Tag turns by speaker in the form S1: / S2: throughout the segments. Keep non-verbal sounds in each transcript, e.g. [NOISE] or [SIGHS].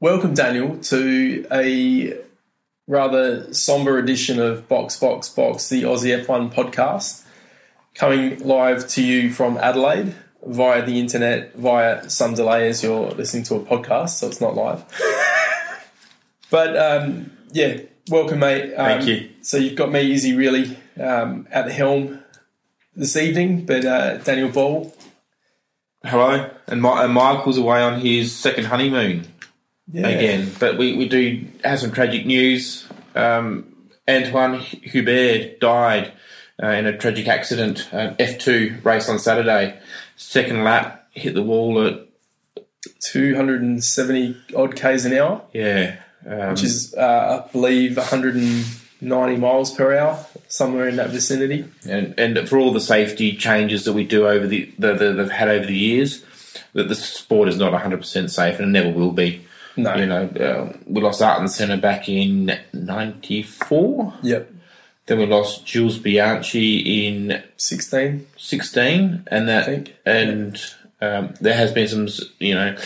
S1: Welcome, Daniel, to a rather somber edition of Box, Box, Box, the Aussie F1 podcast, coming live to you from Adelaide via the internet, via some delay as you're listening to a podcast, so it's not live. [LAUGHS] but um, yeah, welcome, mate. Um,
S2: Thank you.
S1: So you've got me, Izzy, really um, at the helm this evening, but uh, Daniel Ball,
S2: Hello, and, Mi- and Michael's away on his second honeymoon
S1: yeah.
S2: again. But we, we do have some tragic news. Um, Antoine Hubert died uh, in a tragic accident. Uh, F2 race on Saturday, second lap hit the wall at
S1: 270 odd k's an hour.
S2: yeah, um,
S1: which is uh, I believe 190 miles per hour, somewhere in that vicinity.
S2: and, and for all the safety changes that we do over the that that they've had over the years, that the sport is not 100 percent safe and never will be.
S1: No.
S2: You know, uh, we lost Art and Centre back in '94.
S1: Yep,
S2: Then we lost Jules Bianchi in
S1: 16.
S2: 16, and that
S1: think.
S2: and um, there has been some, you know,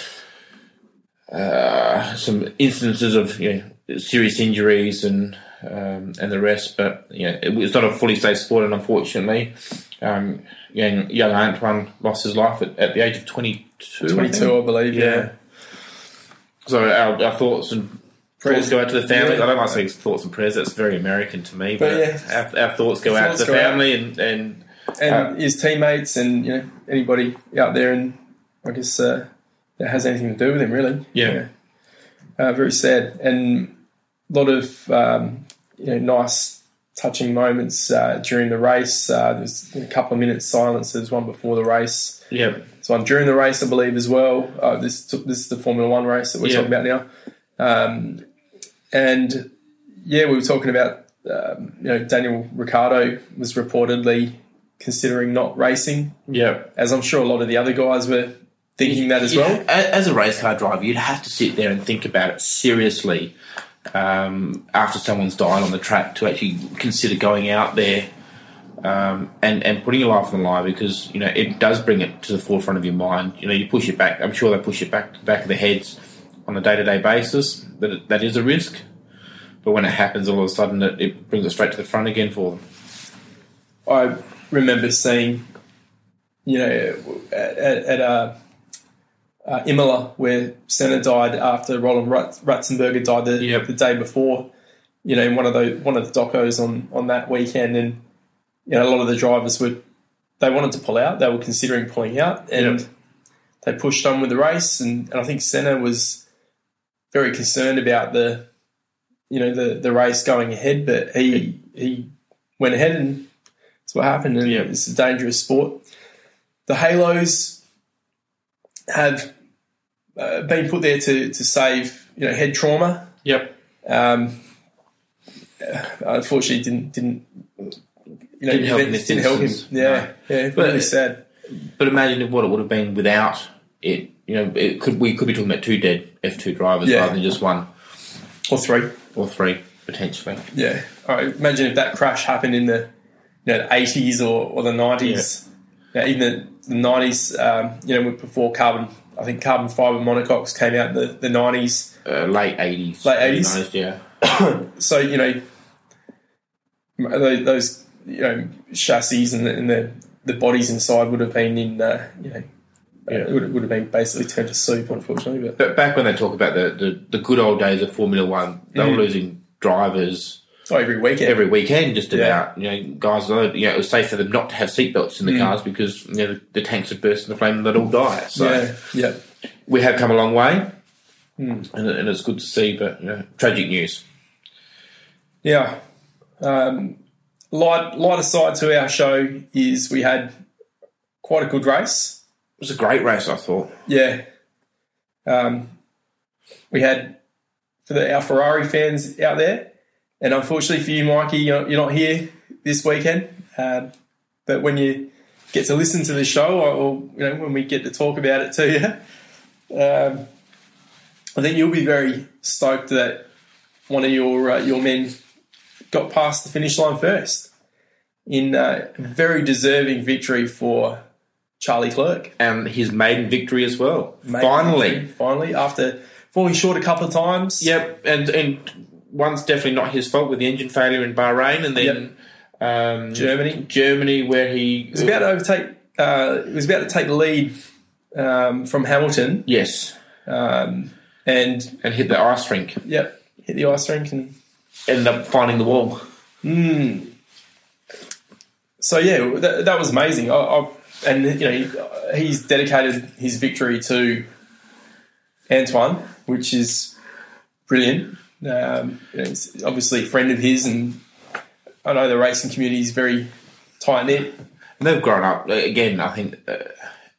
S2: uh, some instances of you know, serious injuries and um, and the rest. But you know, it, it's not a fully safe sport, and unfortunately, um, young, young Antoine lost his life at, at the age of 22. I
S1: 22,
S2: think.
S1: I believe. Yeah.
S2: yeah. So our, our thoughts and prayers go out to the family.
S1: Yeah.
S2: I don't like saying thoughts and prayers. That's very American to me. But,
S1: yeah.
S2: our, our thoughts go out
S1: Thoughts
S2: to the
S1: go out.
S2: family and and Uh,
S1: And his teammates and you know anybody out there, and I guess uh, that has anything to do with him, really.
S2: Yeah.
S1: Uh, very sad, and a lot of um, you know nice. Touching moments uh, during the race. Uh, there's a couple of minutes silence. There's one before the race.
S2: yeah.
S1: There's one during the race, I believe, as well. Uh, this this is the Formula One race that we're
S2: Yeah.
S1: talking about now. Um, and yeah, we were talking about um, you know Daniel Ricciardo was reportedly considering not racing,
S2: Yeah.
S1: as I'm sure a lot of the other guys were thinking that as well.
S2: A- As a race car driver, you'd have to sit there and think about it seriously um, after someone's died on the track to actually consider going out there um, and and putting your life on the line because you know it does bring it to the forefront of your mind. You know, you push it back. I'm sure they push it back to the back of their heads on a day to day basis. That it- that is a risk, but when it happens, all of a sudden, it, it brings it straight to the front again for them.
S1: I remember seeing, you know, at, at, at uh, uh, Imola where Senna died after Roland Rut- Ratzenberger died the,
S2: Yep.
S1: the day before. You know, in one of the one of the docos on on that weekend, and you know, a lot of the drivers were they wanted to pull out. They were considering pulling out, and
S2: Yep.
S1: they pushed on with the race. And, and I think Senna was very concerned about the you know the the race going ahead, but he he went ahead and that's what happened. And
S2: Yeah.
S1: it's a dangerous sport. The halos have uh, been put there to to save you know head trauma.
S2: Yep.
S1: Um, unfortunately, didn't didn't you know
S2: Didn't help in this
S1: didn't help him.
S2: instance,
S1: Yeah, yeah,
S2: But-
S1: really sad.
S2: But imagine what it would have been without it. You know, it could we could be talking about two dead F two drivers
S1: Yeah.
S2: rather than just one
S1: Or three.
S2: or three potentially.
S1: Yeah. All right. Imagine if that crash happened in the you know the eighties or, or the nineties. Yeah. even the nineties, um, you know, before carbon I think carbon fiber monocoques came out in the, the nineties.
S2: Uh, late eighties,
S1: Late 80s?
S2: yeah,
S1: So, you know tho- those you know chassis and the, and the the bodies inside would have been in uh, you know
S2: Yeah.
S1: it would, it would have been basically turned to soup unfortunately but
S2: But back when they talk about the, the, the good old days of Formula One, they
S1: Mm.
S2: were losing drivers
S1: oh, every weekend
S2: every weekend, just
S1: Yeah.
S2: about. You know, guys, uh, you know, it was safe for them not to have seatbelts in
S1: Mm.
S2: the cars because you know the, the tanks would burst into flame and they'd all die. So
S1: yeah Mm. yeah
S2: we have come a long way, and, and it's good to see. But you know, tragic news.
S1: Yeah. Um, light, lighter side to our show is we had quite a good race.
S2: It was a great race, I thought.
S1: Yeah. Um, we had for the, our Ferrari fans out there, and unfortunately for you, Mikey, you're, you're not here this weekend. Um, but when you get to listen to the show, or, or you know when we get to talk about it to you, um, I think you'll be very stoked that one of your uh, your men got past the finish line first in uh, a very deserving victory for Charlie Clerk
S2: and his um, maiden victory as well.
S1: made
S2: Finally,
S1: it. finally, after falling short a couple of times.
S2: Yep, and and one's definitely not his fault with the engine failure in Bahrain, and then um,
S1: Germany.
S2: Germany, where he
S1: He was about to overtake. Uh, he was about to take the lead um, from Hamilton,
S2: yes,
S1: um, and
S2: and hit the ice rink,
S1: yep, hit the ice rink. And
S2: ended up finding the wall.
S1: so yeah, that, that was amazing. I, I, and you know, he, he's dedicated his victory to Antoine, which is brilliant. Um, you know, he's obviously a friend of his, and I know the racing community is very tight knit.
S2: And they've grown up again. I think uh,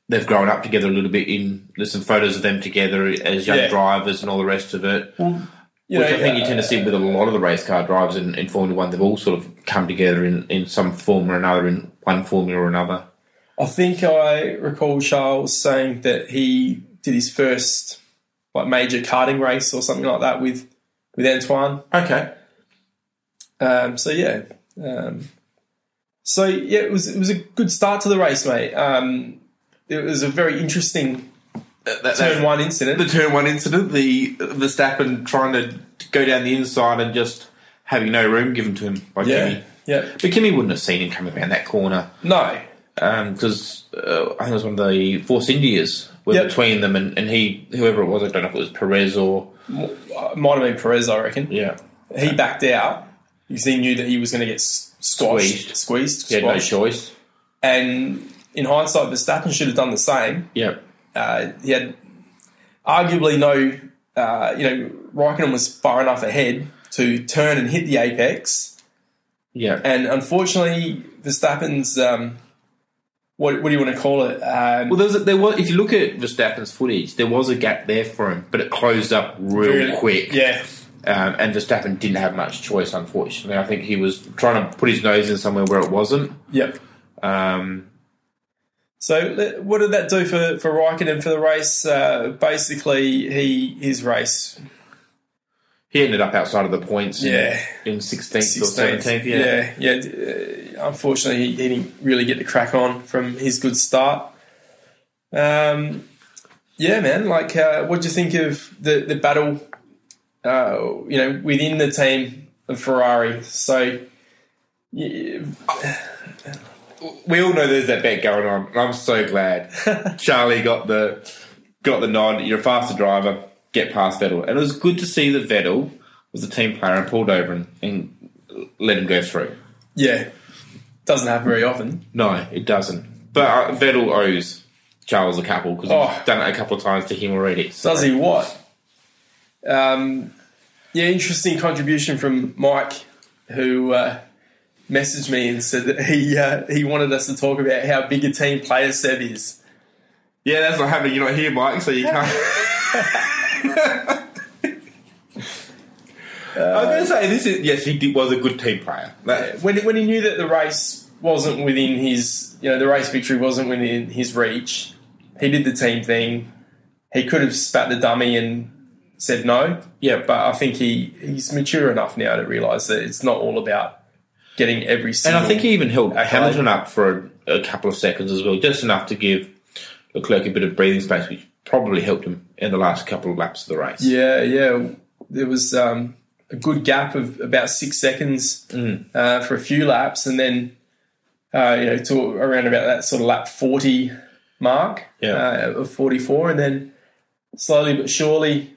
S2: they've grown up together a little bit. In there's some photos of them together as young
S1: Yeah.
S2: drivers and all the rest of it.
S1: You
S2: Which
S1: know,
S2: I think you
S1: uh,
S2: tend to see with a lot of the race car drivers in, in Formula One, they've all sort of come together in, in some form or another, in one formula or another.
S1: I think I recall Charles saying that he did his first like major karting race or something like that with with Antoine.
S2: Okay.
S1: Um, so yeah, um, so yeah, it was it was a good start to the race, mate. Um, it was a very interesting
S2: That, that,
S1: turn
S2: that-
S1: one incident.
S2: the turn one incident, the Verstappen trying to go down the inside and just having no room given to him by
S1: Yeah,
S2: Kimi.
S1: yeah,
S2: But Kimi wouldn't have seen him coming around that corner
S1: no,
S2: because uh, I think it was one of the Force Indias were
S1: Yep.
S2: between them, and, and he, whoever it was, I don't know if it was Perez or
S1: It uh, might have been Perez, I reckon.
S2: yeah,
S1: He backed out because he knew that he was going to get s- squashed,
S2: Squeezed.
S1: squeezed,
S2: he had no
S1: squashed.
S2: choice.
S1: and in hindsight, Verstappen should have done the same.
S2: Yeah,
S1: uh, he had arguably no, uh, you know, Raikkonen was far enough ahead to turn and hit the apex,
S2: yeah.
S1: and unfortunately, Verstappen's um, what, what do you want to call it? Um,
S2: Well, there was, there was. If you look at Verstappen's footage, there was a gap there for him, but it closed up real quick.
S1: yeah,
S2: Um, and Verstappen didn't have much choice, unfortunately. I think he was trying to put his nose in somewhere where it wasn't.
S1: yep.
S2: Um,
S1: So, le- what did that do for for Raikkonen for the race? Uh, basically, he his race,
S2: he ended up outside of the points. in-
S1: Yeah.
S2: In sixteenth or
S1: 16th.
S2: seventeenth. Yeah.
S1: yeah, yeah. d- uh, Unfortunately, he, he didn't really get the crack on from his good start. Um, yeah, man. Like, uh, what do you think of the the battle? Uh, you know, within the team of Ferrari. So, y-
S2: We all know there's that bet going on. and I'm so glad Charlie got the got the nod. You're a faster driver. Get past Vettel, and it was good to see that Vettel was a team player and pulled over and, and let him go through.
S1: yeah, doesn't happen very often.
S2: No, it doesn't. But uh, Vettel owes Charles a couple because
S1: Oh.
S2: I've done it a couple of times to him already. So.
S1: Does he what? Um, yeah, interesting contribution from Mike, who uh, messaged me and said that he uh, he wanted us to talk about how big a team player Seb is.
S2: Yeah, that's not happening. You're not here, Mike, so you can't. [LAUGHS] I was going to say this is yes, he did, was a good team player. That-
S1: When when he knew that the race wasn't within his you know the race victory wasn't within his reach, he did the team thing. He could have spat the dummy and said no. Yeah, but I think he he's mature enough now to realise that it's not all about getting every
S2: and
S1: single.
S2: I think he even held
S1: Hamilton
S2: Hamilton up for a, couple of seconds as well, just enough to give Leclerc a bit of breathing space, which probably helped him in the last couple of laps of the race.
S1: Yeah, yeah. There was um, a good gap of about six seconds
S2: Mm.
S1: uh, for a few laps, and then uh, you know to around about that sort of lap forty mark
S2: Yeah.
S1: uh, of forty four, and then slowly but surely,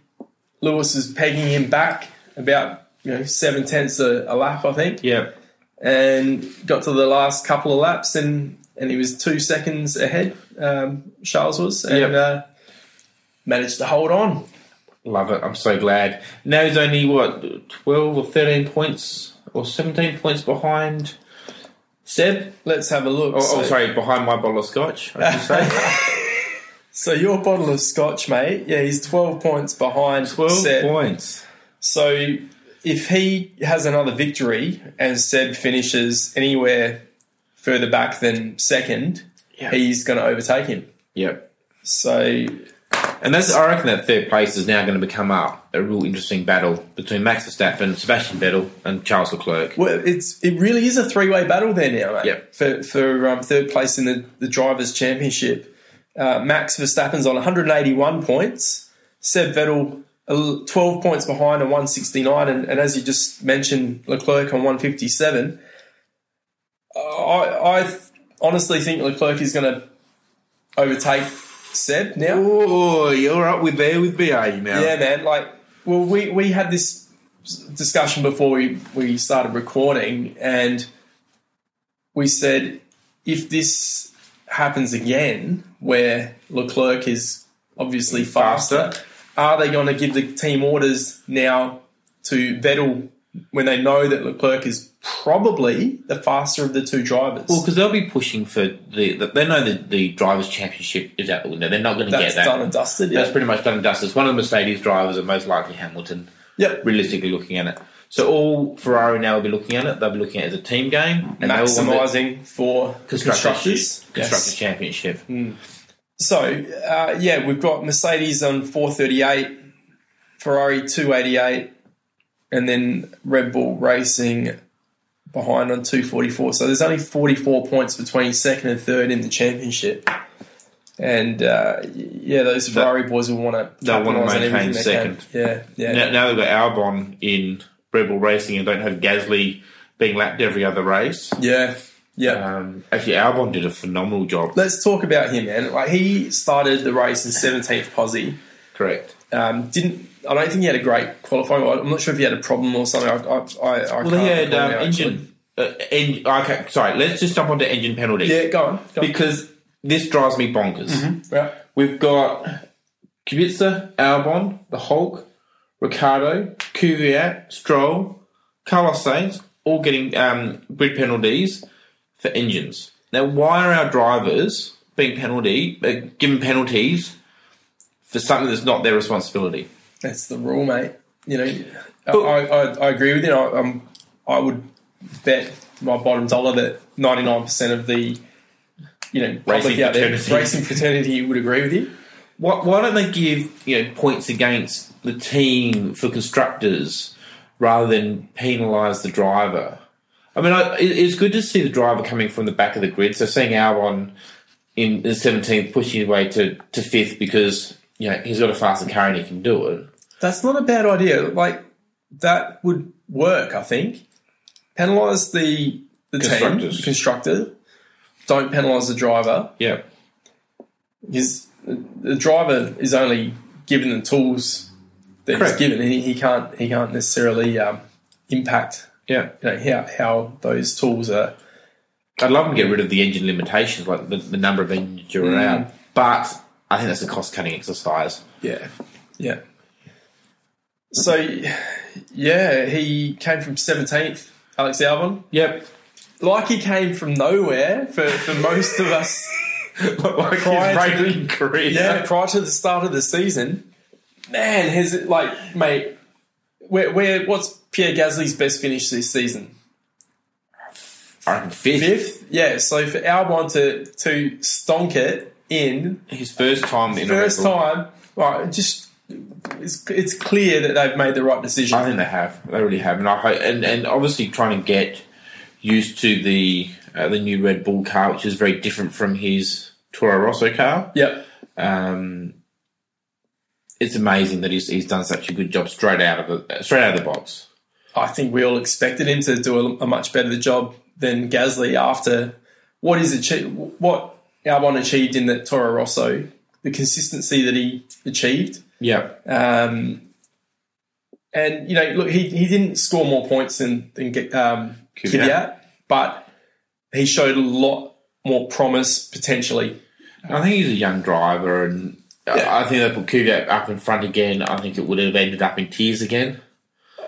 S1: Lewis is pegging him back about you know seven tenths a, a lap, I think,
S2: yeah.
S1: and got to the last couple of laps and. And he was two seconds ahead. Um, Charles was, and
S2: Yep.
S1: uh, managed to hold on.
S2: Love it. I'm so glad. Now he's only what 12 or 13 points or 17 points behind Seb.
S1: Let's have a look.
S2: Oh,
S1: So-
S2: oh, sorry, behind my bottle of scotch. I should [LAUGHS] say
S1: So your bottle of scotch, mate. Yeah, he's twelve points behind.
S2: 12
S1: Seb.
S2: points.
S1: So if he has another victory and Seb finishes anywhere further back than second,
S2: Yeah.
S1: he's going to overtake him.
S2: Yep.
S1: So
S2: And that's I reckon that third place is now going to become up a real interesting battle between Max Verstappen, Sebastian Vettel, and Charles Leclerc.
S1: well, it's it really is a three way battle there now, mate.
S2: Yep.
S1: For for um, third place in the the drivers' championship, uh, Max Verstappen's on one hundred eighty one points. Seb Vettel a l- 12 points behind on 169, and, and as you just mentioned, Leclerc on 157. Uh, I, I th- honestly think Leclerc is going to overtake Seb now.
S2: Oh, you're up with there with BA now.
S1: Yeah, man. Like, well, we, we had this discussion before we, we started recording, and we said if this happens again, where Leclerc is obviously faster,
S2: Faster.
S1: are they going to give the team orders now to Vettel when they know that Leclerc is probably the faster of the two drivers?
S2: Well, because they'll be pushing for the. the they know that the drivers' championship is out the window. They're not going to
S1: That's
S2: get that.
S1: done and dusted. Yeah.
S2: That's pretty much done and dusted. It's one of the Mercedes drivers, and most likely Hamilton.
S1: yep.
S2: Realistically, looking at it, so all Ferrari now will be looking at it. They'll be looking at it as a team game, and they'll want the
S1: Maximising for constructors.
S2: constructors,
S1: Yes.
S2: constructors championship.
S1: So uh, yeah, we've got Mercedes on 438, Ferrari 288, and then Red Bull Racing behind on 244. So there's only 44 points between second and third in the championship. And uh, y- yeah, those Ferrari boys will want to
S2: They'll wanna
S1: capitalise on
S2: maintain
S1: everything they can.
S2: second.
S1: Yeah, yeah.
S2: Now, now they've got Albon in Red Bull Racing and don't have Gasly being lapped every other race.
S1: Yeah, yeah.
S2: Um, actually, Albon did a phenomenal job.
S1: Let's talk about him, man. Like he started the race in 17th posse.
S2: Correct.
S1: Um, didn't I don't think he had a great qualifying. I'm not sure if he had a problem or something. I, I, I, I
S2: Well,
S1: can't
S2: he had
S1: recall
S2: um,
S1: now, actually.
S2: engine. Uh, en- okay, sorry. Let's just jump onto engine penalties
S1: Yeah, go on. Go on.
S2: because this drives me bonkers.
S1: yeah.
S2: We've got Kubica, Albon, the Hulk, Ricardo, Kvyat, Stroll, Carlos Sainz, all getting um, grid penalties for engines. Now, why are our drivers being penalty uh, given penalties for something that's not their responsibility?
S1: That's the rule, mate. You know, I, I, I agree with you. I, um, I would bet my bottom dollar that 99% of the, you know, public
S2: Racing
S1: out there,
S2: fraternity.
S1: racing fraternity would agree with you.
S2: Why, why don't they give you know points against the team for constructors rather than penalise the driver? I mean, I, it, it's good to see the driver coming from the back of the grid. So seeing Albon in the seventeenth pushing his way to to fifth because you know he's got a faster car and he can do it.
S1: That's not a bad idea. Like, that would work, I think. Penalise the, the team,
S2: Constructors.
S1: constructor. Don't penalise the driver.
S2: Yeah,
S1: his the driver is only given the tools that he's
S2: Correct.
S1: given, and he, he can't he can't necessarily um, impact
S2: yeah.
S1: you know how how those tools are.
S2: I'd love them to get rid of the engine limitations, like the, the number of engines
S1: Mm.
S2: you're allowed. But I think that's a cost cutting exercise.
S1: Yeah, yeah. So yeah, he came from seventeenth, Alex Albon.
S2: [LAUGHS] Yep.
S1: Like he came from nowhere for, for most of us.
S2: like his
S1: Prior to
S2: racing career.
S1: Yeah, prior to the start of the season, man, has it like mate? Where where what's Pierre Gasly's best finish this season?
S2: I reckon fifth.
S1: fifth. Yeah, so for Albon to to stonk it in
S2: His first time in
S1: first
S2: a Red Bull.
S1: time, right? Just it's it's clear that they've made the right decision.
S2: I think they have. They really have, and I hope, and, and obviously trying to get used to the uh, the new Red Bull car, which is very different from his Toro Rosso car.
S1: yep.
S2: Um, it's amazing that he's he's done such a good job straight out of the straight out of the box.
S1: I think we all expected him to do a, a much better job than Gasly after what is achieved, what Albon achieved in that Toro Rosso, the consistency that he achieved.
S2: Yeah,
S1: Um, and you know, look, he, he didn't score more points than than Ge- um,
S2: Kvyat.
S1: Kvyat, but he showed a lot more promise potentially.
S2: I think he's a young driver, and
S1: Yeah.
S2: I, I think they put Kubiak up in front again. I think it would have ended up in tears again.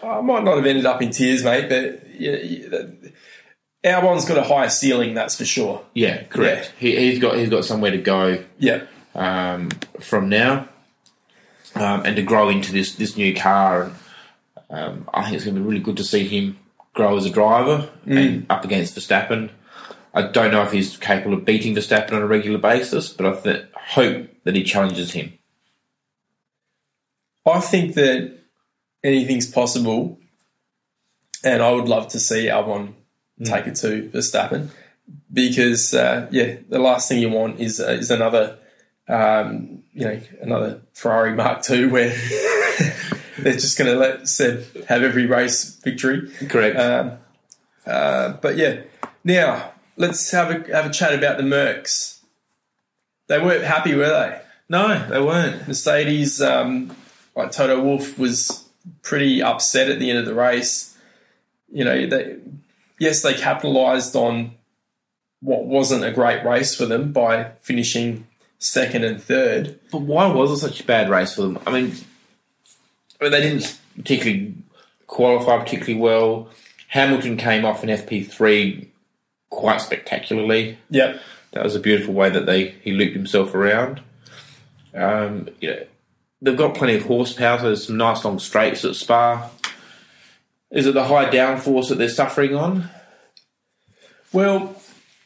S1: I might not have ended up in tears, mate, but yeah, yeah, that- Albon's got a higher ceiling, that's for sure.
S2: Yeah, correct. He, he's got he's got somewhere to go.
S1: Yeah,
S2: um, from now, um, and to grow into this this new car. And um, I think it's going to be really good to see him grow as a driver and up against Verstappen. I don't know if he's capable of beating Verstappen on a regular basis, but I th- hope that he challenges him.
S1: I think that anything's possible, and I would love to see Albon take it to Verstappen because, uh, yeah, the last thing you want is uh, is another, um, you know, another Ferrari Mark II [LAUGHS] where they're just going to let Seb have every race victory.
S2: Correct.
S1: Um, uh, but yeah, now let's have a have a chat about the Mercs. They weren't happy, were they?
S2: no, they weren't.
S1: Mercedes, um, like Toto Wolf, was pretty upset at the end of the race. You know, they, yes, they capitalised on what wasn't a great race for them by finishing second and third.
S2: But why was it such a bad race for them? I mean, I mean they didn't particularly qualify particularly well. Hamilton came off in FP3 quite spectacularly.
S1: Yep.
S2: That was a beautiful way that they he looped himself around. Um, you know, they've got plenty of horsepower. So there's some nice long straights at Spa. Is it the high downforce that they're suffering on?
S1: Well,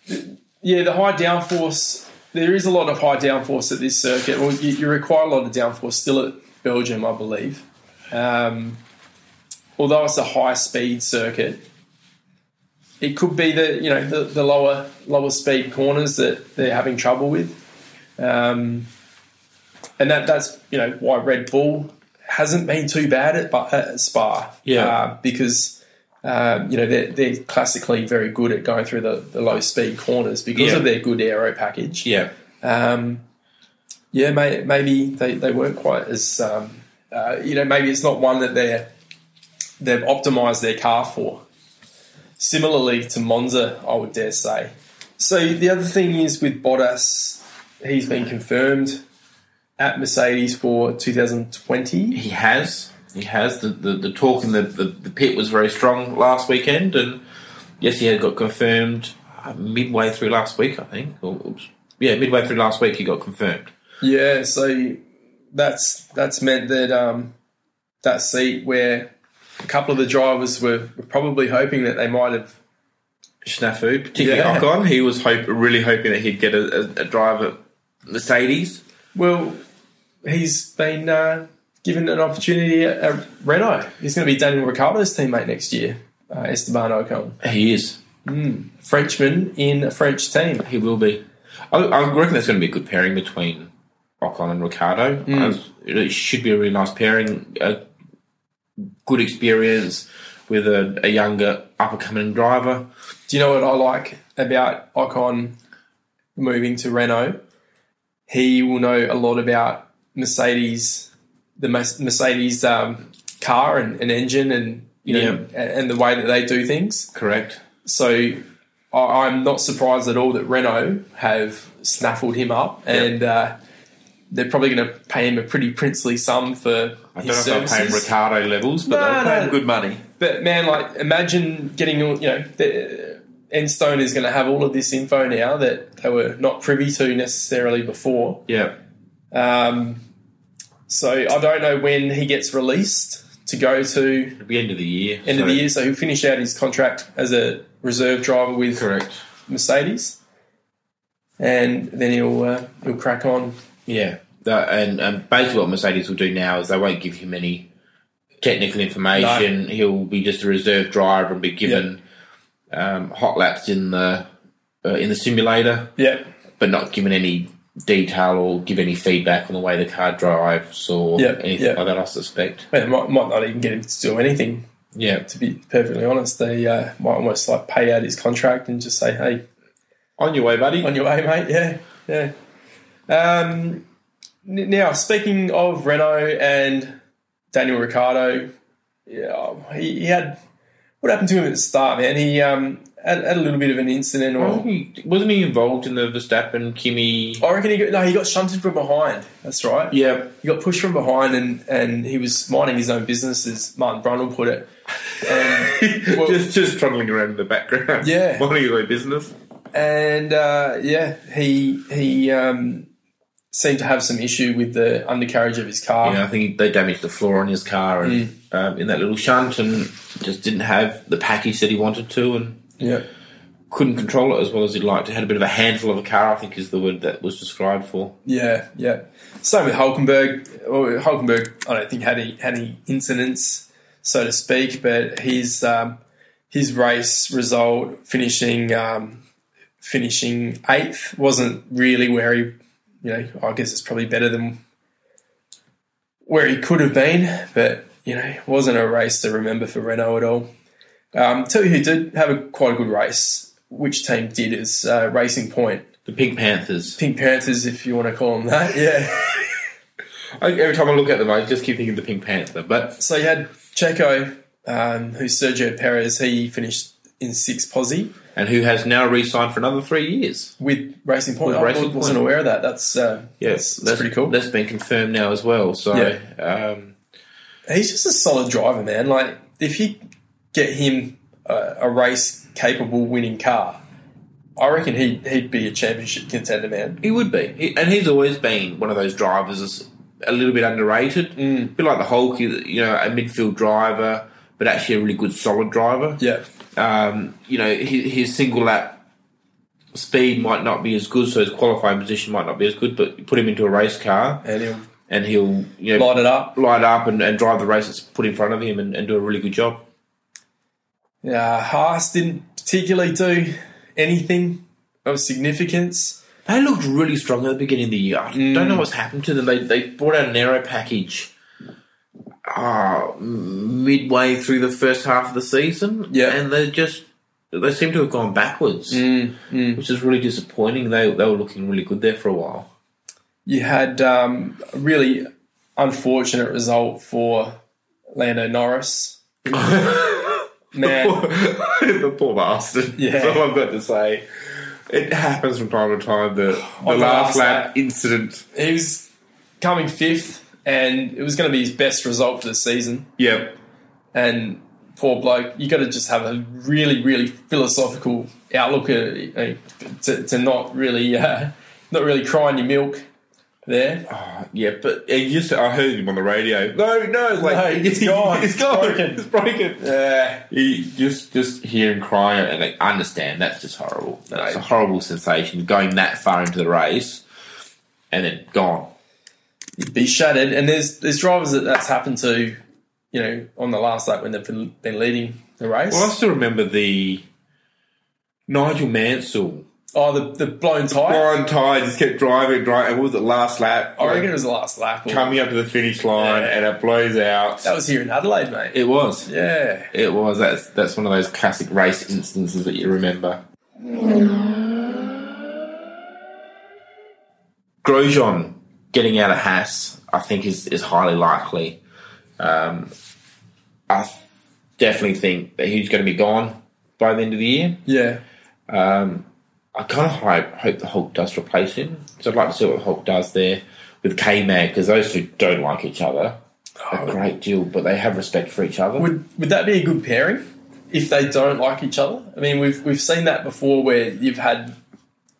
S1: th- yeah, the high downforce. There is a lot of high downforce at this circuit. Well, you, you require a lot of downforce still at Belgium, I believe. Um, although it's a high speed circuit, it could be the you know the, the lower lower speed corners that they're having trouble with, um, and that that's you know why Red Bull hasn't been too bad at, Bu- at Spa.
S2: Yeah.
S1: uh, because um, you know, they're, they're classically very good at going through the, the low speed corners because
S2: Yeah.
S1: of their good aero package.
S2: Yeah,
S1: Um, yeah, may, maybe they, they weren't quite as, um, uh, you know, maybe it's not one that they're, they've optimized their car for. Similarly to Monza, I would dare say. So the other thing is with Bottas, he's been confirmed at Mercedes for 2020.
S2: he has. He has. The the, the talk in the, the, the pit was very strong last weekend, and yes, he had got confirmed uh, midway through last week, I think. Or, oops. yeah, midway through last week, he got confirmed.
S1: Yeah, so that's that's meant that um, that seat where a couple of the drivers were, were probably hoping that they might have.
S2: Snafu, particularly
S1: Yeah.
S2: Ocon, he was hope, really hoping that he'd get a, a, a drive at Mercedes.
S1: Well, he's been uh, given an opportunity at, at Renault. He's going to be Daniel Ricciardo's teammate next year. Uh, Esteban Ocon,
S2: He is.
S1: Frenchman in a French team.
S2: He will be. I, I reckon there's going to be a good pairing between Ocon and Ricardo.
S1: Hmm.
S2: It should be a really nice pairing. A good experience with a, a younger up and coming driver.
S1: Do you know what I like about Ocon moving to Renault? He will know a lot about Mercedes, the Mas- Mercedes um, car and, and engine, and you know, and, and the way that they do things.
S2: Correct.
S1: So I, I'm not surprised at all that Renault have snaffled him up, and uh, they're probably going to pay him a pretty princely sum for
S2: I don't
S1: his
S2: know if
S1: services.
S2: they're paying Ricardo levels, but
S1: No,
S2: they're paying
S1: no.
S2: good money.
S1: But man, like, imagine getting all you know. The, Enstone is going to have all of this info now that they were not privy to necessarily before.
S2: Yeah.
S1: Um, so I don't know when he gets released to go to
S2: It'll be end of the year.
S1: end of the year. So he'll finish out his contract as a reserve driver with
S2: Correct.
S1: Mercedes, and then he'll uh, he'll crack on.
S2: Yeah. That- and, and basically, what Mercedes will do now is they won't give him any technical information. He'll be just a reserve driver and be given um, hot laps in the uh, in the simulator,
S1: Yep.
S2: but not given any detail or give any feedback on the way the car drives or
S1: Yeah,
S2: anything
S1: yeah.
S2: like that. I suspect.
S1: Man, might, might not even get him to do anything.
S2: Yeah.
S1: To be perfectly honest, they uh, might almost like pay out his contract and just say, "Hey,
S2: On your way, buddy.
S1: on your way, mate. Yeah, yeah. Um, n- now, speaking of Renault and Daniel Ricciardo, yeah, oh, he, he had what happened to him at the start, man. He um, had, had a little bit of an incident,
S2: Wasn't
S1: or
S2: he- wasn't he involved in the Verstappen Kimi?
S1: I reckon he got no, he got shunted from behind. That's right.
S2: Yeah.
S1: He got pushed from behind, and and he was minding his own business, as Martin Brundle put it. Um, well-
S2: [LAUGHS] just just trundling around in the background.
S1: Yeah.
S2: [LAUGHS] Minding your own business.
S1: and uh, yeah, he he um, seemed to have some issue with the undercarriage of his car.
S2: Yeah, I think they damaged the floor on his car and
S1: Mm.
S2: um, in that little shunt, and just didn't have the package that he wanted to, and
S1: yeah.
S2: couldn't control it as well as he'd liked. Had a bit of a handful of a car, I think, is the word that was described for.
S1: Yeah, yeah. Same with Hulkenberg. Well, Hulkenberg, I don't think had any, had any incidents, so to speak, but his um, his race result finishing um, finishing eighth wasn't really where he, you know, I guess it's probably better than where he could have been, but you know, it wasn't a race to remember for Renault at all. Um, tell you who did have a quite a good race. Which team did is uh, Racing Point.
S2: The Pink Panthers.
S1: Pink Panthers, if you want to call them that. [LAUGHS] Yeah.
S2: I, every time I look at them, I just keep thinking the Pink Panther. But
S1: so you had Checo, um, who's Sergio Perez. He finished in sixth posse
S2: and who has now re-signed for another three years?
S1: with Racing Point.
S2: With
S1: I
S2: Racing
S1: wasn't
S2: Point.
S1: aware of that. That's uh, that's, that's pretty cool.
S2: That's been confirmed now as well. So um,
S1: He's just a solid driver, man. Like if you get him a, a race capable winning car, I reckon he he'd be a championship contender, man.
S2: he would be, he, and he's always been one of those drivers that's a little bit underrated, mm. a bit like the Hulk. You you know, a midfield driver, but actually a really good solid driver.
S1: Yeah,
S2: um, you know, his, his single lap speed might not be as good, so his qualifying position might not be as good. But you put him into a race car,
S1: and he'll
S2: and he'll you know
S1: light it up.
S2: light up and, and drive the race that's put in front of him and, and do a really good job.
S1: Uh, Haas didn't particularly do anything of significance.
S2: They looked really strong at the beginning of the year. I don't know
S1: Mm.
S2: what's happened to them. They they brought out an aero package. Uh, midway through the first half of the season,
S1: Yeah. Mm,
S2: and they just they seem to have gone backwards, which is really disappointing. They they were looking really good there for
S1: [LAUGHS]
S2: a while. [LAUGHS]
S1: You had um, a really unfortunate result for Lando Norris. Man,
S2: the poor bastard.
S1: Yeah.
S2: That's all I've got to say. It happens from time to time. The, the
S1: On the last
S2: last lap incident.
S1: he was coming fifth, and it was going to be his best result for the season.
S2: Yep.
S1: And poor bloke, you got to just have a really, really philosophical outlook uh, uh, to, to not really, uh, [LAUGHS] not really cry in your milk. There,
S2: Yeah, but he used to, I heard him on the radio. No, no, it's like
S1: No, it's gone.
S2: it's gone,
S1: It's broken.
S2: it's broken.
S1: yeah,
S2: He just just hear him cry and like, understand that's just horrible. That's a
S1: No.
S2: horrible sensation going that far into the race and then gone.
S1: you'd be shattered. And there's there's drivers that that's happened to, you know, on the last lap when they've been, been leading the race.
S2: Well, I still remember the Nigel Mansell.
S1: Oh, the the blown tire.
S2: Blind tie, just kept driving, driving. What was it, last lap?
S1: I reckon it was the last lap. Or,
S2: coming up to the finish line
S1: Yeah.
S2: and it blows out.
S1: that was here in Adelaide, mate.
S2: It was.
S1: yeah.
S2: It was. That's that's one of those classic race instances that you remember. Grosjean getting out of Haas, I think, is, is highly likely. Um, I th- definitely think that he's going to be gone by the end of the year.
S1: Yeah.
S2: Um, I kind of hope, hope the Hulk does replace him. So I'd like to see what the Hulk does there with K Man because those two don't like each other a great deal, but they have respect for each other.
S1: Would would that be a good pairing if they don't like each other? I mean, we've we've seen that before where you've had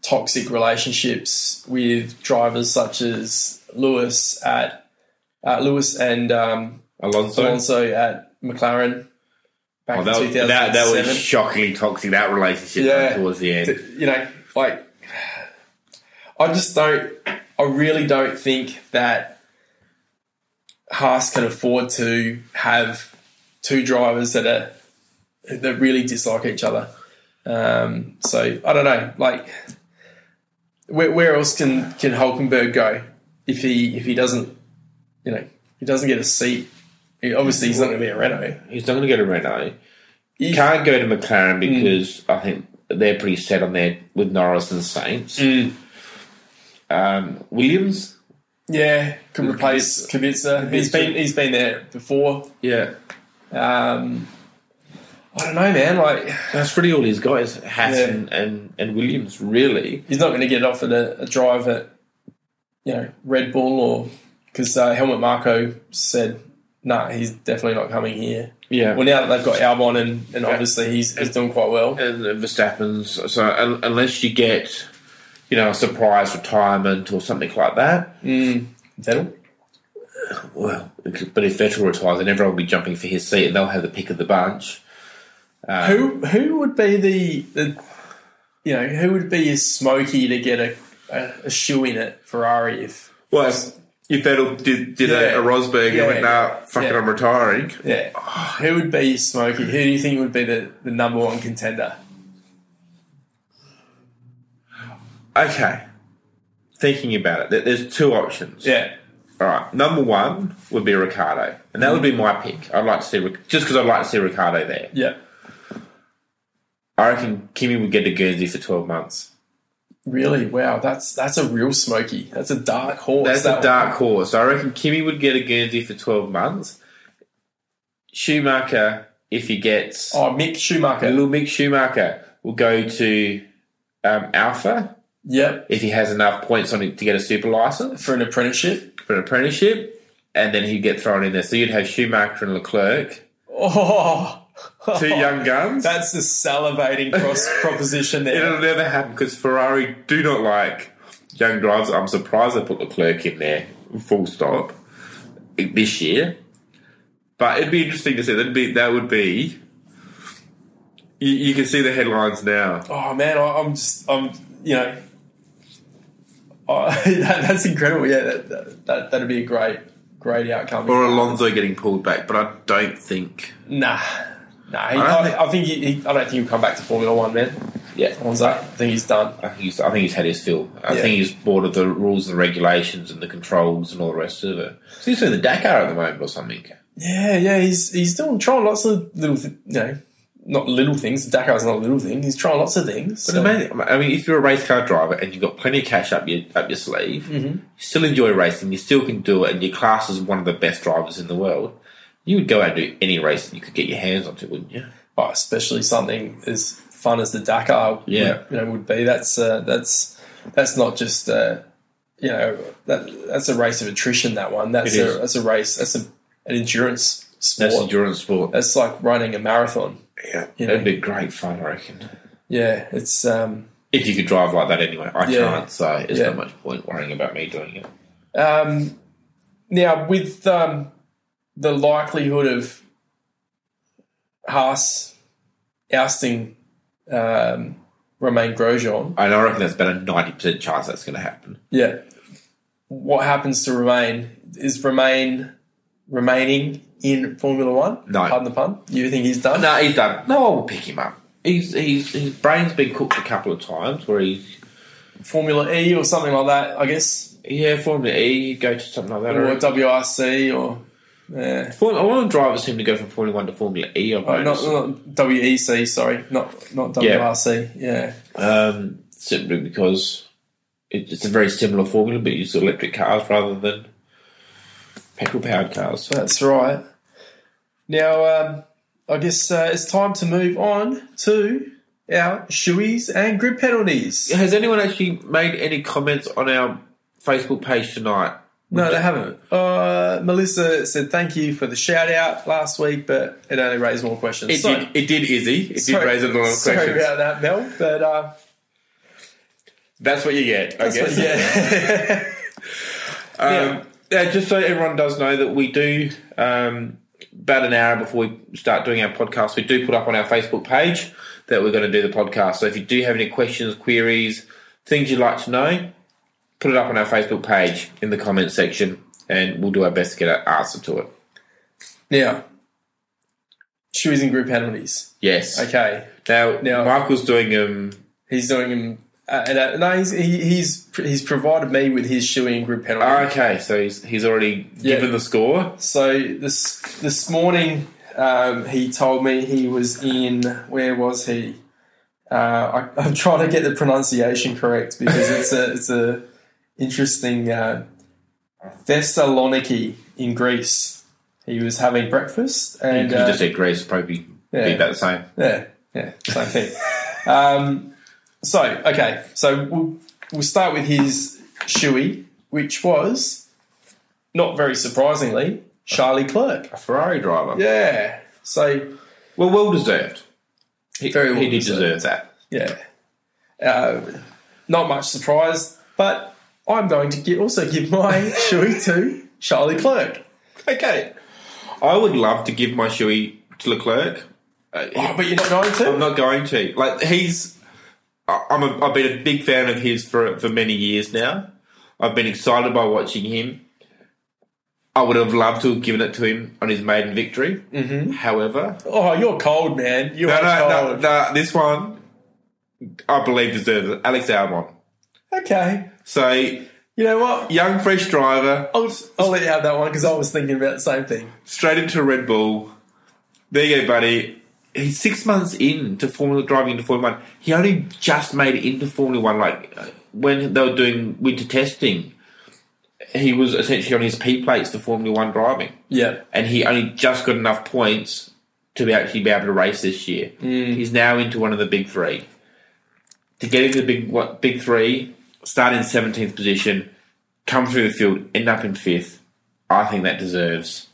S1: toxic relationships with drivers such as Lewis at uh, Lewis and um,
S2: Alonso.
S1: Alonso at McLaren back
S2: Oh, that,
S1: in
S2: was,
S1: two thousand
S2: that, that was
S1: seven.
S2: shockingly toxic, that relationship
S1: Yeah.
S2: towards the end.
S1: you know, like I just don't. I really don't think that Haas can afford to have two drivers that are that really dislike each other. Um, so I don't know. Like, where, where else can can Hulkenberg go if he if he doesn't, you know, he doesn't get a seat? He- Obviously, he's not going to be a Renault.
S2: He's not going to go to Renault.
S1: He-
S2: He Mm. can't go to McLaren because I think they're pretty set on there with Norris and Saints.
S1: Mm.
S2: Um, Williams?
S1: Yeah, could replace Kubica. He's been he's been there before.
S2: Yeah.
S1: Um, I don't know, man. Like
S2: That's really all he's got is Haas
S1: Yeah.
S2: and, and, and Williams, really.
S1: he's not going to get offered a, a drive at you know Red Bull or because uh, Helmut Marco said, "Nah, he's definitely not coming here."
S2: Yeah.
S1: Well, now that they've got Albon and, and obviously he's, he's doing quite well.
S2: and Verstappen's. So un- unless you get, you know, a surprise retirement or something like that,
S1: Vettel,
S2: well, but if Vettel retires, then everyone will be jumping for his seat, and they'll have the pick of the bunch.
S1: who who would be the, the you know who would be a smoky to get a, a, a shoe in at Ferrari if
S2: Well, if, if Vettel did, did
S1: a- a
S2: Rosberg
S1: and went, "Nah,
S2: fuck
S1: it, I'm
S2: retiring.
S1: yeah who would be smoky? Who do you think would be the, the number one contender?
S2: Okay, thinking about it, there- there's two options.
S1: Yeah,
S2: All right, number one would be Ricardo, and that would be my pick. I'd like to see Ric- just because I'd like to see Ricardo there.
S1: Yeah.
S2: I reckon Kimmy would get to Guernsey for twelve months.
S1: Really? Wow. That's that's a real smoky. That's a dark horse.
S2: That's
S1: that
S2: a
S1: one.
S2: dark horse. I reckon Kimmy would get a Guernsey for twelve months. Schumacher, if he gets
S1: Oh, Mick Schumacher.
S2: little Mick Schumacher, will go to um, Alpha
S1: Yep.
S2: if he has enough points on it to get a super license
S1: For an apprenticeship.
S2: for an apprenticeship, and then he'd get thrown in there. So you'd have Schumacher and Leclerc,
S1: Oh.
S2: two young
S1: [LAUGHS]
S2: guns.
S1: That's a salivating
S2: [LAUGHS]
S1: cross proposition there.
S2: It'll never happen because Ferrari do not like young drivers. I'm surprised they put Leclerc in there, full stop, this year. But it'd be interesting to see. That'd be that would be. You, you can see the headlines now.
S1: Oh man, I, I'm just I'm you know. Oh, [LAUGHS] that, that's incredible. Yeah, that, that, that that'd be a great great outcome.
S2: Or Alonso getting pulled back, but I don't think.
S1: Nah. Nah, he,
S2: I
S1: I,
S2: don't thi-
S1: I think he, he, I don't think he'll come back to Formula One, man.
S2: Yeah,
S1: Alonso, I think he's done.
S2: I think he's, I think he's had his fill. I
S1: Yeah.
S2: think he's bored of the rules and regulations and the controls and all the rest of it. So he's doing the Dakar at the moment or something.
S1: Yeah, yeah, he's he's doing trying lots of little, th- you know, not little things. Dakar's not a little thing. He's trying lots of things.
S2: But
S1: so-
S2: imagine, I mean, if you're a race car driver and you've got plenty of cash up your up your sleeve, you still enjoy racing, you still can do it, and your class is one of the best drivers in the world. You would go out and do any race that you could get your hands onto, wouldn't you?
S1: oh, especially something as fun as the Dakar, would-
S2: Yeah.
S1: you know, would be. That's uh, that's that's not just uh, you know that that's a race of attrition. That one. That's
S2: It
S1: a
S2: is.
S1: that's a race. That's a, an endurance sport.
S2: That's
S1: That's,
S2: endurance sport.
S1: like running a marathon.
S2: yeah,
S1: you know.
S2: that'd be great fun, I reckon.
S1: Yeah, it's um,
S2: If you could drive like that anyway, I
S1: Yeah.
S2: can't, so there's
S1: Yeah.
S2: not much point worrying about me doing it.
S1: Um, now, with um, the likelihood of Haas ousting um, Romain Grosjean,
S2: And I reckon that's about a ninety percent chance that's going to happen.
S1: yeah, what happens to Romain? Is Romain remaining in Formula One?
S2: No.
S1: Pardon the pun. You think he's done?
S2: No, he's done. No, I will pick him up. He's, he's, his brain's been cooked a couple of times where he's
S1: Formula E or something like that, I guess,
S2: yeah, Formula E, go to something like that. I
S1: or
S2: reckon.
S1: WRC or. Yeah.
S2: Form- I want to drive a team to go from Formula One to Formula E. I've
S1: Oh, not,
S2: noticed.
S1: not WEC, sorry, not not
S2: Yeah.
S1: WRC. Yeah,
S2: um, simply because it- it's a very similar formula, but use electric cars rather than petrol-powered cars. So
S1: That's right. Now, um, I guess uh, it's time to move on to our shoeys and grip penalties.
S2: has anyone actually made any comments on our Facebook page tonight?
S1: No, they haven't. Uh, Melissa said thank you for the shout out last week, but it only raised more questions.
S2: It
S1: So-
S2: did. It did, Izzy. It
S1: sorry-
S2: did raise a lot of
S1: sorry
S2: questions.
S1: about that, Mel. But uh,
S2: That's what you get, I guess.
S1: yeah, [LAUGHS]
S2: Um, yeah, just so everyone does know that we do um, about an hour before we start doing our podcast, we do put up on our Facebook page that we're going to do the podcast. So if you do have any questions, queries, things you'd like to know, put it up on our Facebook page in the comment section, and we'll do our best to get an answer to it.
S1: now shoeys and grip penalties.
S2: Yes.
S1: Okay,
S2: Now,
S1: Now-
S2: Michael's doing um,
S1: he's doing him. Uh, and, uh, no, he's, he, he's he's provided me with his shoey and grip penalty.
S2: okay, so he's he's already
S1: Yeah.
S2: given the score.
S1: So this this morning, um, he told me he was in. Where was he? Uh, I, [LAUGHS] I'm trying to get the pronunciation correct because it's a it's a interesting uh, Thessaloniki in Greece. He was having breakfast and
S2: And, you
S1: uh,
S2: just said Grace probably
S1: yeah.
S2: be about the same.
S1: yeah, yeah, same thing. um, so okay, so we'll we'll start with his shoey, which was not very surprisingly Charlie Clerk.
S2: A Ferrari driver.
S1: Yeah. So
S2: Well, well deserved. He,
S1: Very well
S2: he did
S1: deserved.
S2: deserve that.
S1: yeah, uh, not much surprise, but I'm going to give, also give my [LAUGHS] shoey to Charlie Clerk.
S2: Okay. I would love to give my shoey to Leclerc. Uh,
S1: Oh, but you're not going to.
S2: I'm not going to. Like he's, I- I'm a, I've been a big fan of his for for many years now. I've been excited by watching him. I would have loved to have given it to him on his maiden victory. Mm-hmm. However,
S1: oh, you're cold, man. You
S2: no,
S1: are
S2: no, no,
S1: cold.
S2: no, this one I believe deserves it. Alex Albon.
S1: Okay.
S2: So
S1: You know what?
S2: Young, fresh driver,
S1: I'll, I'll let you have that one because I was thinking about the same thing.
S2: straight into Red Bull. There you go, buddy. He's six months in to Formula driving into Formula One. He only just made it into Formula One, like uh, when they were doing winter testing. He was essentially on his P plates for Formula One driving.
S1: Yeah.
S2: and he only just got enough points to be actually be able to race this year. He's now into one of the big three. To get into the big what, big three, start in seventeenth position, come through the field, end up in fifth. I think that deserves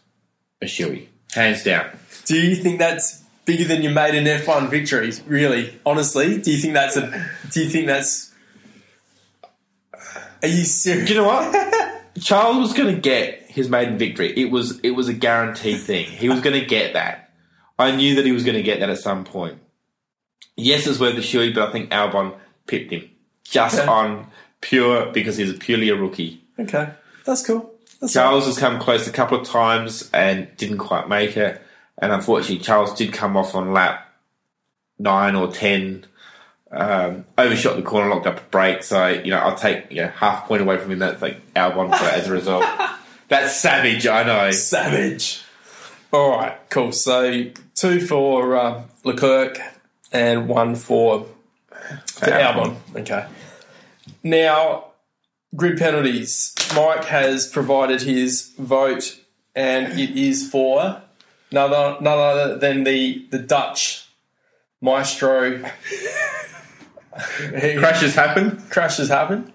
S2: a shoey, hands down.
S1: Do you think that's bigger than you made in F1 victory? Really, honestly, do you think that's a? Do you think that's? Are you serious?
S2: Do you know what? Charles was going to get his maiden victory. It was it was a guaranteed thing. He was going to get that. I knew that he was going to get that at some point. Yes, it's worth the shoey, but I think Albon pipped him just
S1: Okay.
S2: on pure because he's purely a rookie.
S1: Okay, that's cool. That's all right.
S2: Charles has come close a couple of times and didn't quite make it. And unfortunately, Charles did come off on lap nine or ten, um, overshot the corner, locked up a break. So you know, I'll take you know, half a point away from him. That's like Albon for as
S1: [LAUGHS]
S2: a result. That's savage, I know.
S1: savage. All right, cool. So two for uh, Leclerc and one for for Albon. Okay. Now, grid penalties. Mike has provided his vote, and it is for none other, none other than the, the Dutch maestro. [LAUGHS] He-
S2: Crashes happen.
S1: crashes happen.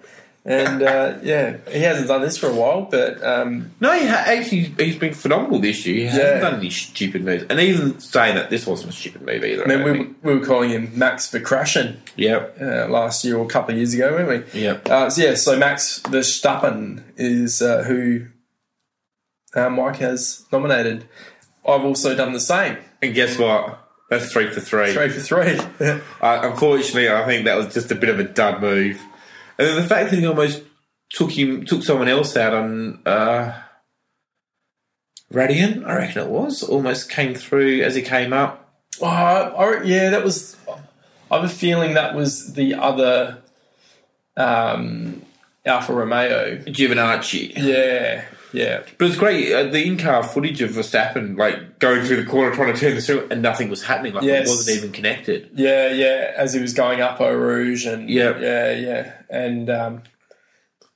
S1: And uh, yeah, he hasn't done this for a while, but um,
S2: No, he ha- actually he's been phenomenal this year. He hasn't
S1: Yeah.
S2: done any stupid moves, and even saying that this wasn't a stupid move either. I
S1: I mean,
S2: don't
S1: we,
S2: think.
S1: we were calling him Max for crashing
S2: Yep.
S1: uh, last year or a couple of years ago, weren't we?
S2: Yep.
S1: Uh, so yeah, so Max Verstappen is uh, who uh, Mike has nominated. I've also done the same.
S2: And guess what? That's three for three.
S1: Three for three. [LAUGHS]
S2: Uh, unfortunately, I think that was just a bit of a dud move. And then the fact that he almost took him took someone else out on uh, Radian, I reckon it was, almost came through as he came up.
S1: oh, I, yeah, that was. I have a feeling that was the other um, Alfa Romeo.
S2: Giovinacci.
S1: Yeah, yeah.
S2: But it's great uh, the in car footage of Verstappen like going through the corner trying to turn the circle and nothing was happening. Like
S1: Yes.
S2: it wasn't even connected.
S1: Yeah, yeah. As he was going up Eau Rouge, and
S2: Yeah.
S1: yeah, yeah, and um,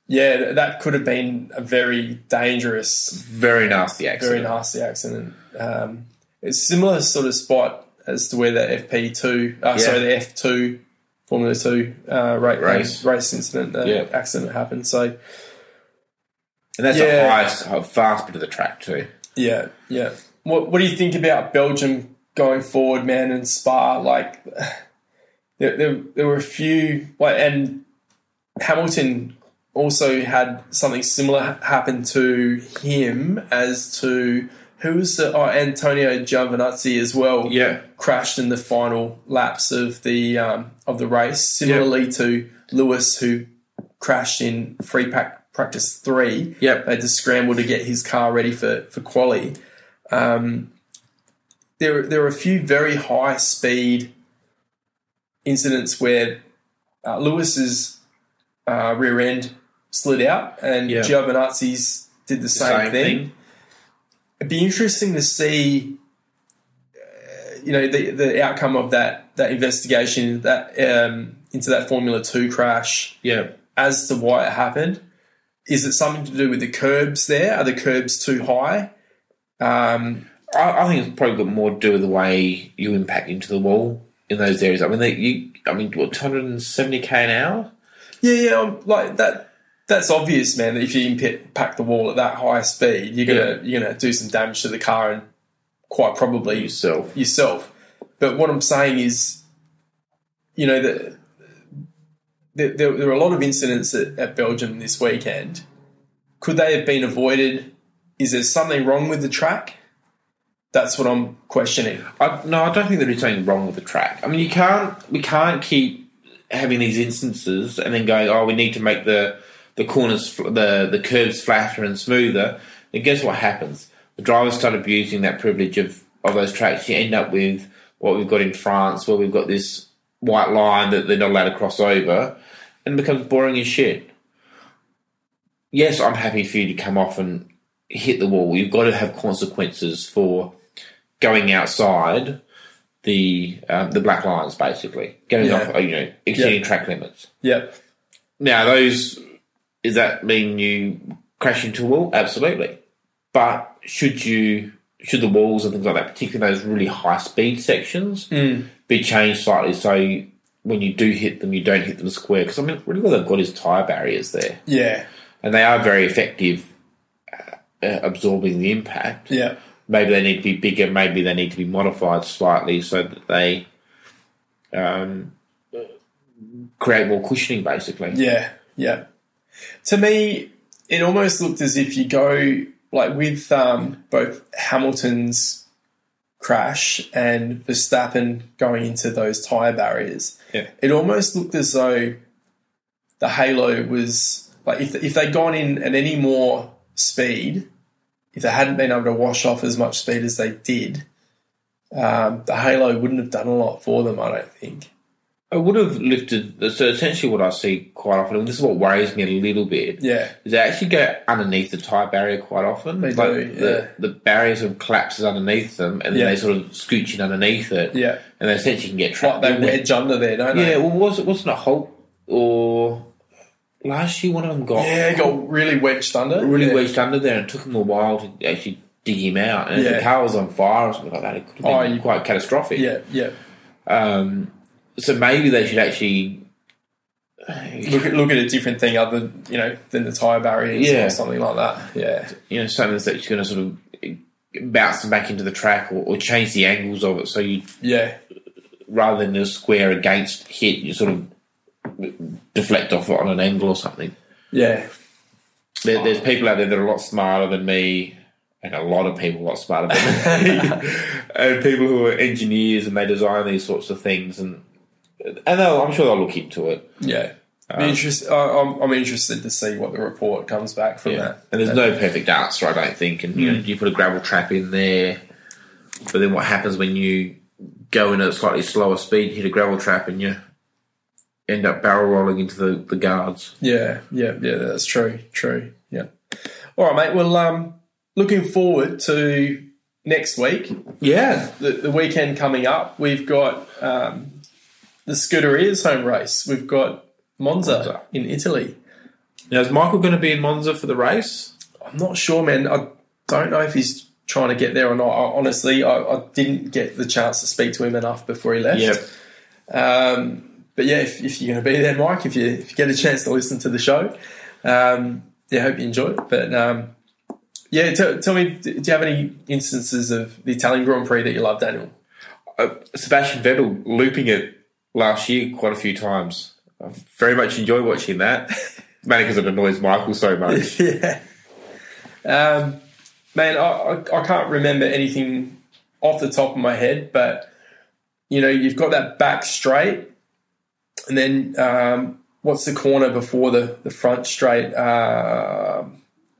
S1: yeah, th- that could have been a very dangerous,
S2: Very nasty
S1: very
S2: accident.
S1: nasty accident. Um, it's similar sort of spot as to where the FP two, uh, sorry, the F two Formula Two uh, ra-
S2: Race.
S1: race incident, uh,
S2: Yeah.
S1: accident happened. So
S2: And that's
S1: Yeah.
S2: the highest a vast bit of the track too.
S1: yeah, yeah. What what do you think about Belgium going forward, man, and Spa? Like [SIGHS] there, there, there were a few, like, and Hamilton also had something similar happen to him as to who was the oh, Antonio Giovinazzi as well
S2: Yeah.
S1: crashed in the final laps of the um, of the race, similarly to Lewis who crashed in free pack practice three.
S2: Yep.
S1: They had to scramble to get his car ready for for quali. Um, there there are a few very high speed incidents where uh, Lewis's uh, rear end slid out and
S2: Yeah.
S1: Giovinazzi's did the same,
S2: Same
S1: thing
S2: thing.
S1: it'd be interesting to see, uh, you know, the the outcome of that that investigation that um, into that Formula Two crash
S2: Yeah.
S1: as to why it happened. Is it something to do with the curbs there? Are the curbs too high? Um,
S2: I, I think it's probably got more to do with the way you impact into the wall in those areas. I mean, they, you, I mean, what, 270k an hour?
S1: yeah, yeah, I'm- like that. That's obvious, man. That if you impact the wall at that high speed, you're gonna you're gonna do some damage to the car and quite probably
S2: Yourself.
S1: yourself. But what I'm saying is, you know, the, the, there, there were a lot of incidents at, at Belgium this weekend. Could they have been avoided? Is there something wrong with the track? That's what I'm questioning.
S2: I, no, I don't think there is something wrong with the track. I mean, you can't, we can't keep having these instances and then going, oh, we need to make the the corners, fl- the the curves flatter and smoother. And guess what happens? The drivers start abusing that privilege of of those tracks. You end up with what we've got in France, where we've got this white line that they're not allowed to cross over, and it becomes boring as shit. yes, I'm happy for you to come off and hit the wall. You've got to have consequences for going outside the um, the black lines, basically going
S1: Yeah.
S2: off, uh, you know, exceeding track limits.
S1: Yeah.
S2: Now, those does that mean you crash into a wall? Absolutely. But should you should the walls and things like that, particularly those really high speed sections,
S1: Mm.
S2: be changed slightly so when you do hit them, you don't hit them square? Because I mean, really, what they've got is tire barriers there,
S1: Yeah.
S2: and they are very effective uh, uh, absorbing the impact.
S1: Yeah.
S2: Maybe they need to be bigger. Maybe they need to be modified slightly so that they um, create more cushioning, basically.
S1: Yeah, yeah. To me, it almost looked as if you go like with um, both Hamilton's crash and Verstappen going into those tire barriers.
S2: Yeah.
S1: It almost looked as though the halo was like if if they'd gone in at any more speed, if they hadn't been able to wash off as much speed as they did. Um, the halo wouldn't have done a lot for them, I don't think.
S2: I would have lifted. So essentially, what I see quite often, and this is what worries me a little bit,
S1: Yeah,
S2: is they actually go underneath the tire barrier quite often.
S1: They do,
S2: the, the barrier sort of collapses underneath them, and
S1: Yeah.
S2: then they sort of scooch in underneath it,
S1: yeah.
S2: and they essentially can get
S1: Like
S2: trapped.
S1: they
S2: in there.
S1: wedge under there, don't they?
S2: Yeah, well, was it wasn't a Hulk or last year one of them got
S1: Yeah, got really wedged under.
S2: really
S1: yeah.
S2: wedged under there, and it took him a while to actually dig him out. And if
S1: Yeah.
S2: the car was on fire or something like that, it could have
S1: Oh,
S2: been
S1: you-
S2: quite catastrophic.
S1: Yeah, yeah.
S2: Um, so maybe they should actually.
S1: Look at look at a different thing other than, you know than the tire barriers
S2: Yeah.
S1: or something like that. Yeah,
S2: you know, something that's going to sort of bounce them back into the track or, or change the angles of it. So you,
S1: yeah,
S2: rather than a square against hit, you sort of deflect off it on an angle or something.
S1: yeah,
S2: There, There's people out there that are a lot smarter than me, and a lot of people a lot smarter than [LAUGHS] me, and people who are engineers and they design these sorts of things, and and they'll, I'm sure they'll look into it.
S1: yeah.
S2: Uh,
S1: Be interest, I, I'm, I'm interested to see what the report comes back from
S2: Yeah. Mm.
S1: that.
S2: And there's no perfect answer, I don't think. And you know, you put a gravel trap in there, but then what happens when you go in at a slightly slower speed, hit a gravel trap, and you end up barrel rolling into the, the guards?
S1: Yeah, yeah, yeah. That's true. True. Yeah. All right, mate. Well, um, looking forward to next week,
S2: Yeah,
S1: the, the weekend coming up. We've got um, the Scuderia's home race. We've got Monza.
S2: Monza.
S1: in Italy.
S2: now is Michael going to be in Monza for the race?
S1: I'm not sure, man. I don't know if he's trying to get there or not. I, honestly, I, I didn't get the chance to speak to him enough before he left. Um, but yeah, if, if you're going to be there, Mike, if you if you get a chance to listen to the show, um, yeah, hope you enjoy it. But um, yeah, tell tell me, do you have any instances of the Italian Grand Prix that you love, Daniel?
S2: uh, Sebastian Vettel looping it last year quite a few times. I very much enjoy watching that, [LAUGHS] mainly because it annoys Michael so much.
S1: [LAUGHS] yeah. Um, man, I, I, I can't remember anything off the top of my head, but you know, you've got that back straight, and then um, what's the corner before the, the front straight? Uh,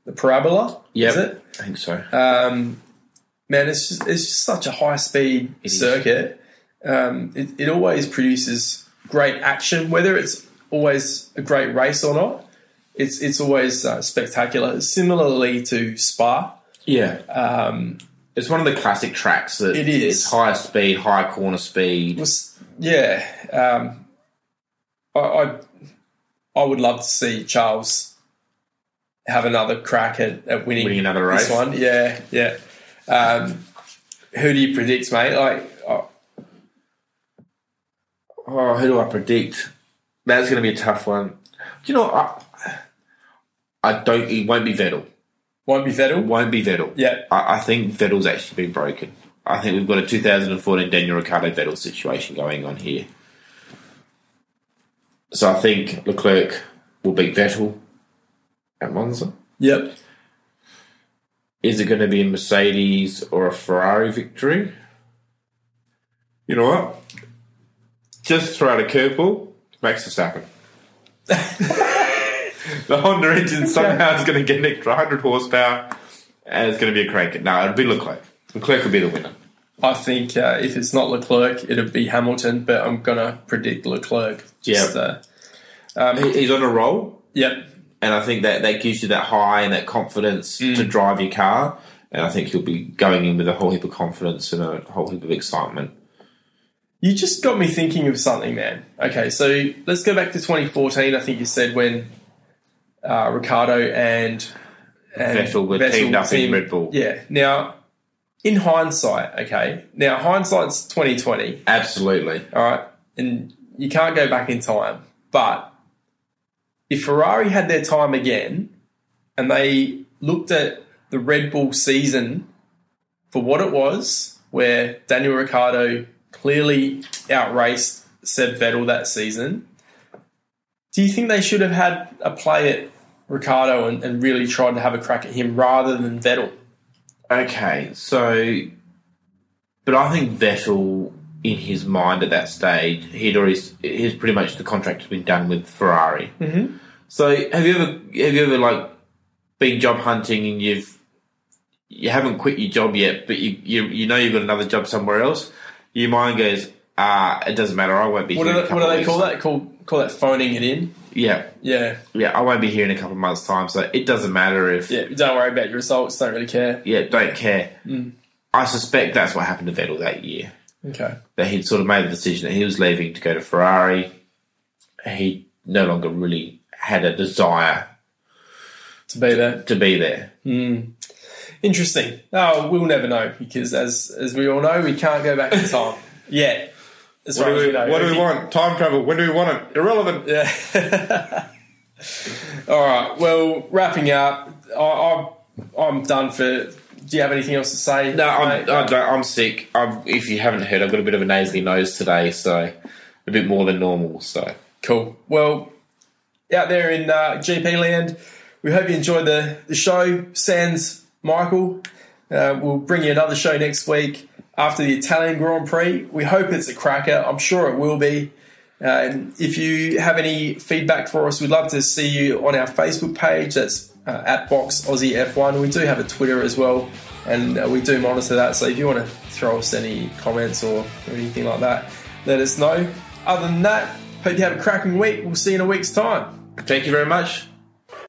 S1: the parabola, is it?
S2: I think so.
S1: Um, man, it's just, it's just such a high speed
S2: is.
S1: circuit. Um, it, it always produces great action, whether it's always a great race or not. It's it's always uh, spectacular. Similarly to Spa,
S2: Yeah. Um, it's one of the classic tracks that
S1: It is.
S2: It's high speed, high corner speed.
S1: was yeah. Um, I, I I would love to see Charles have another crack at, at winning,
S2: Winning another
S1: this
S2: race.
S1: one. Yeah, yeah. Um, who do you predict, mate? Like. uh, I
S2: Oh, who do I predict? That's going to be a tough one. Do you know, I, I don't, it won't be Vettel.
S1: won't be
S2: It
S1: Vettel.
S2: won't be Vettel.
S1: Yeah,
S2: I, I think Vettel's actually been broken. I think we've got a 2014 Daniel Ricciardo Vettel situation going on here. So I think Leclerc will beat Vettel at Monza.
S1: Yep.
S2: is it going to be a Mercedes or a Ferrari victory? You know what? Just throw out a curveball, Max [LAUGHS] Verstappen. the Honda engine somehow is going to get an extra 100 horsepower and it's going to be a crank. No, it'll be Leclerc. Leclerc will be the winner.
S1: I think uh, if it's not Leclerc, it'll be Hamilton, but I'm going to predict Leclerc. Just,
S2: Yeah.
S1: Uh,
S2: He- He's Um, on a roll.
S1: yep.
S2: and I think that that gives you that high and that confidence to drive your car. And I think he'll be going in with a whole heap of confidence and a whole heap of excitement.
S1: You just got me thinking of something, man. Okay, so let's go back to 2014. I think you said when uh, Ricardo and, and
S2: Vettel were teamed up in
S1: teamed-
S2: Red Bull.
S1: Yeah. Now, in hindsight, okay. Now hindsight's 2020.
S2: Absolutely,
S1: All right, and you can't go back in time. But if Ferrari had their time again, and they looked at the Red Bull season for what it was, where Daniel Ricciardo clearly outraced Seb Vettel that season, do you think they should have had a play at Ricciardo and, and really tried to have a crack at him rather than Vettel?
S2: Okay, so, but I think Vettel, in his mind at that stage, he'd already he's pretty much the contract had been done with Ferrari. Mm-hmm. So have you ever have you ever like been job hunting and you've you haven't quit your job yet, but you you, you know you've got another job somewhere else. Your mind goes, ah, it doesn't matter. I won't be.
S1: What
S2: here
S1: do
S2: in a
S1: they, what
S2: couple
S1: do they
S2: of
S1: call
S2: weeks."
S1: that? Call call that phoning it in?
S2: Yeah,
S1: Yeah,
S2: yeah. I won't be here in a couple of months' time, so it doesn't matter if
S1: yeah. Don't worry about your results. Don't really care.
S2: yeah don't care.
S1: Mm.
S2: I suspect that's what happened to Vettel that year.
S1: Okay.
S2: that he'd sort of made the decision that he was leaving to go to Ferrari. He no longer really had a desire
S1: To be there.
S2: to be there.
S1: Interesting. Oh, we'll never know because as as we all know, we can't go back in time. [LAUGHS] yeah. As far as we know. If you-
S2: want? Time travel. When do we want it? Irrelevant.
S1: Yeah. [LAUGHS] all right. Well, wrapping up. I, I I'm done for. Do you have anything else to say?
S2: No, I'm,
S1: mate?
S2: I don't, I'm sick. I'm, if you haven't heard, I've got a bit of a nasally nose today, so a bit more than normal. So
S1: Cool. Well, out there in uh, GP land, we hope you enjoyed the, the show. Sans Michael. Uh, we'll bring you another show next week after the Italian Grand Prix. We hope it's a cracker. I'm sure it will be. Um, if you have any feedback for us, we'd love to see you on our Facebook page. That's uh, at Box Aussie F1. We do have a Twitter as well, and uh, we do monitor that. So if you want to throw us any comments or, or anything like that, let us know. Other than that, hope you have a cracking week. We'll see you in a week's time.
S2: thank you very much.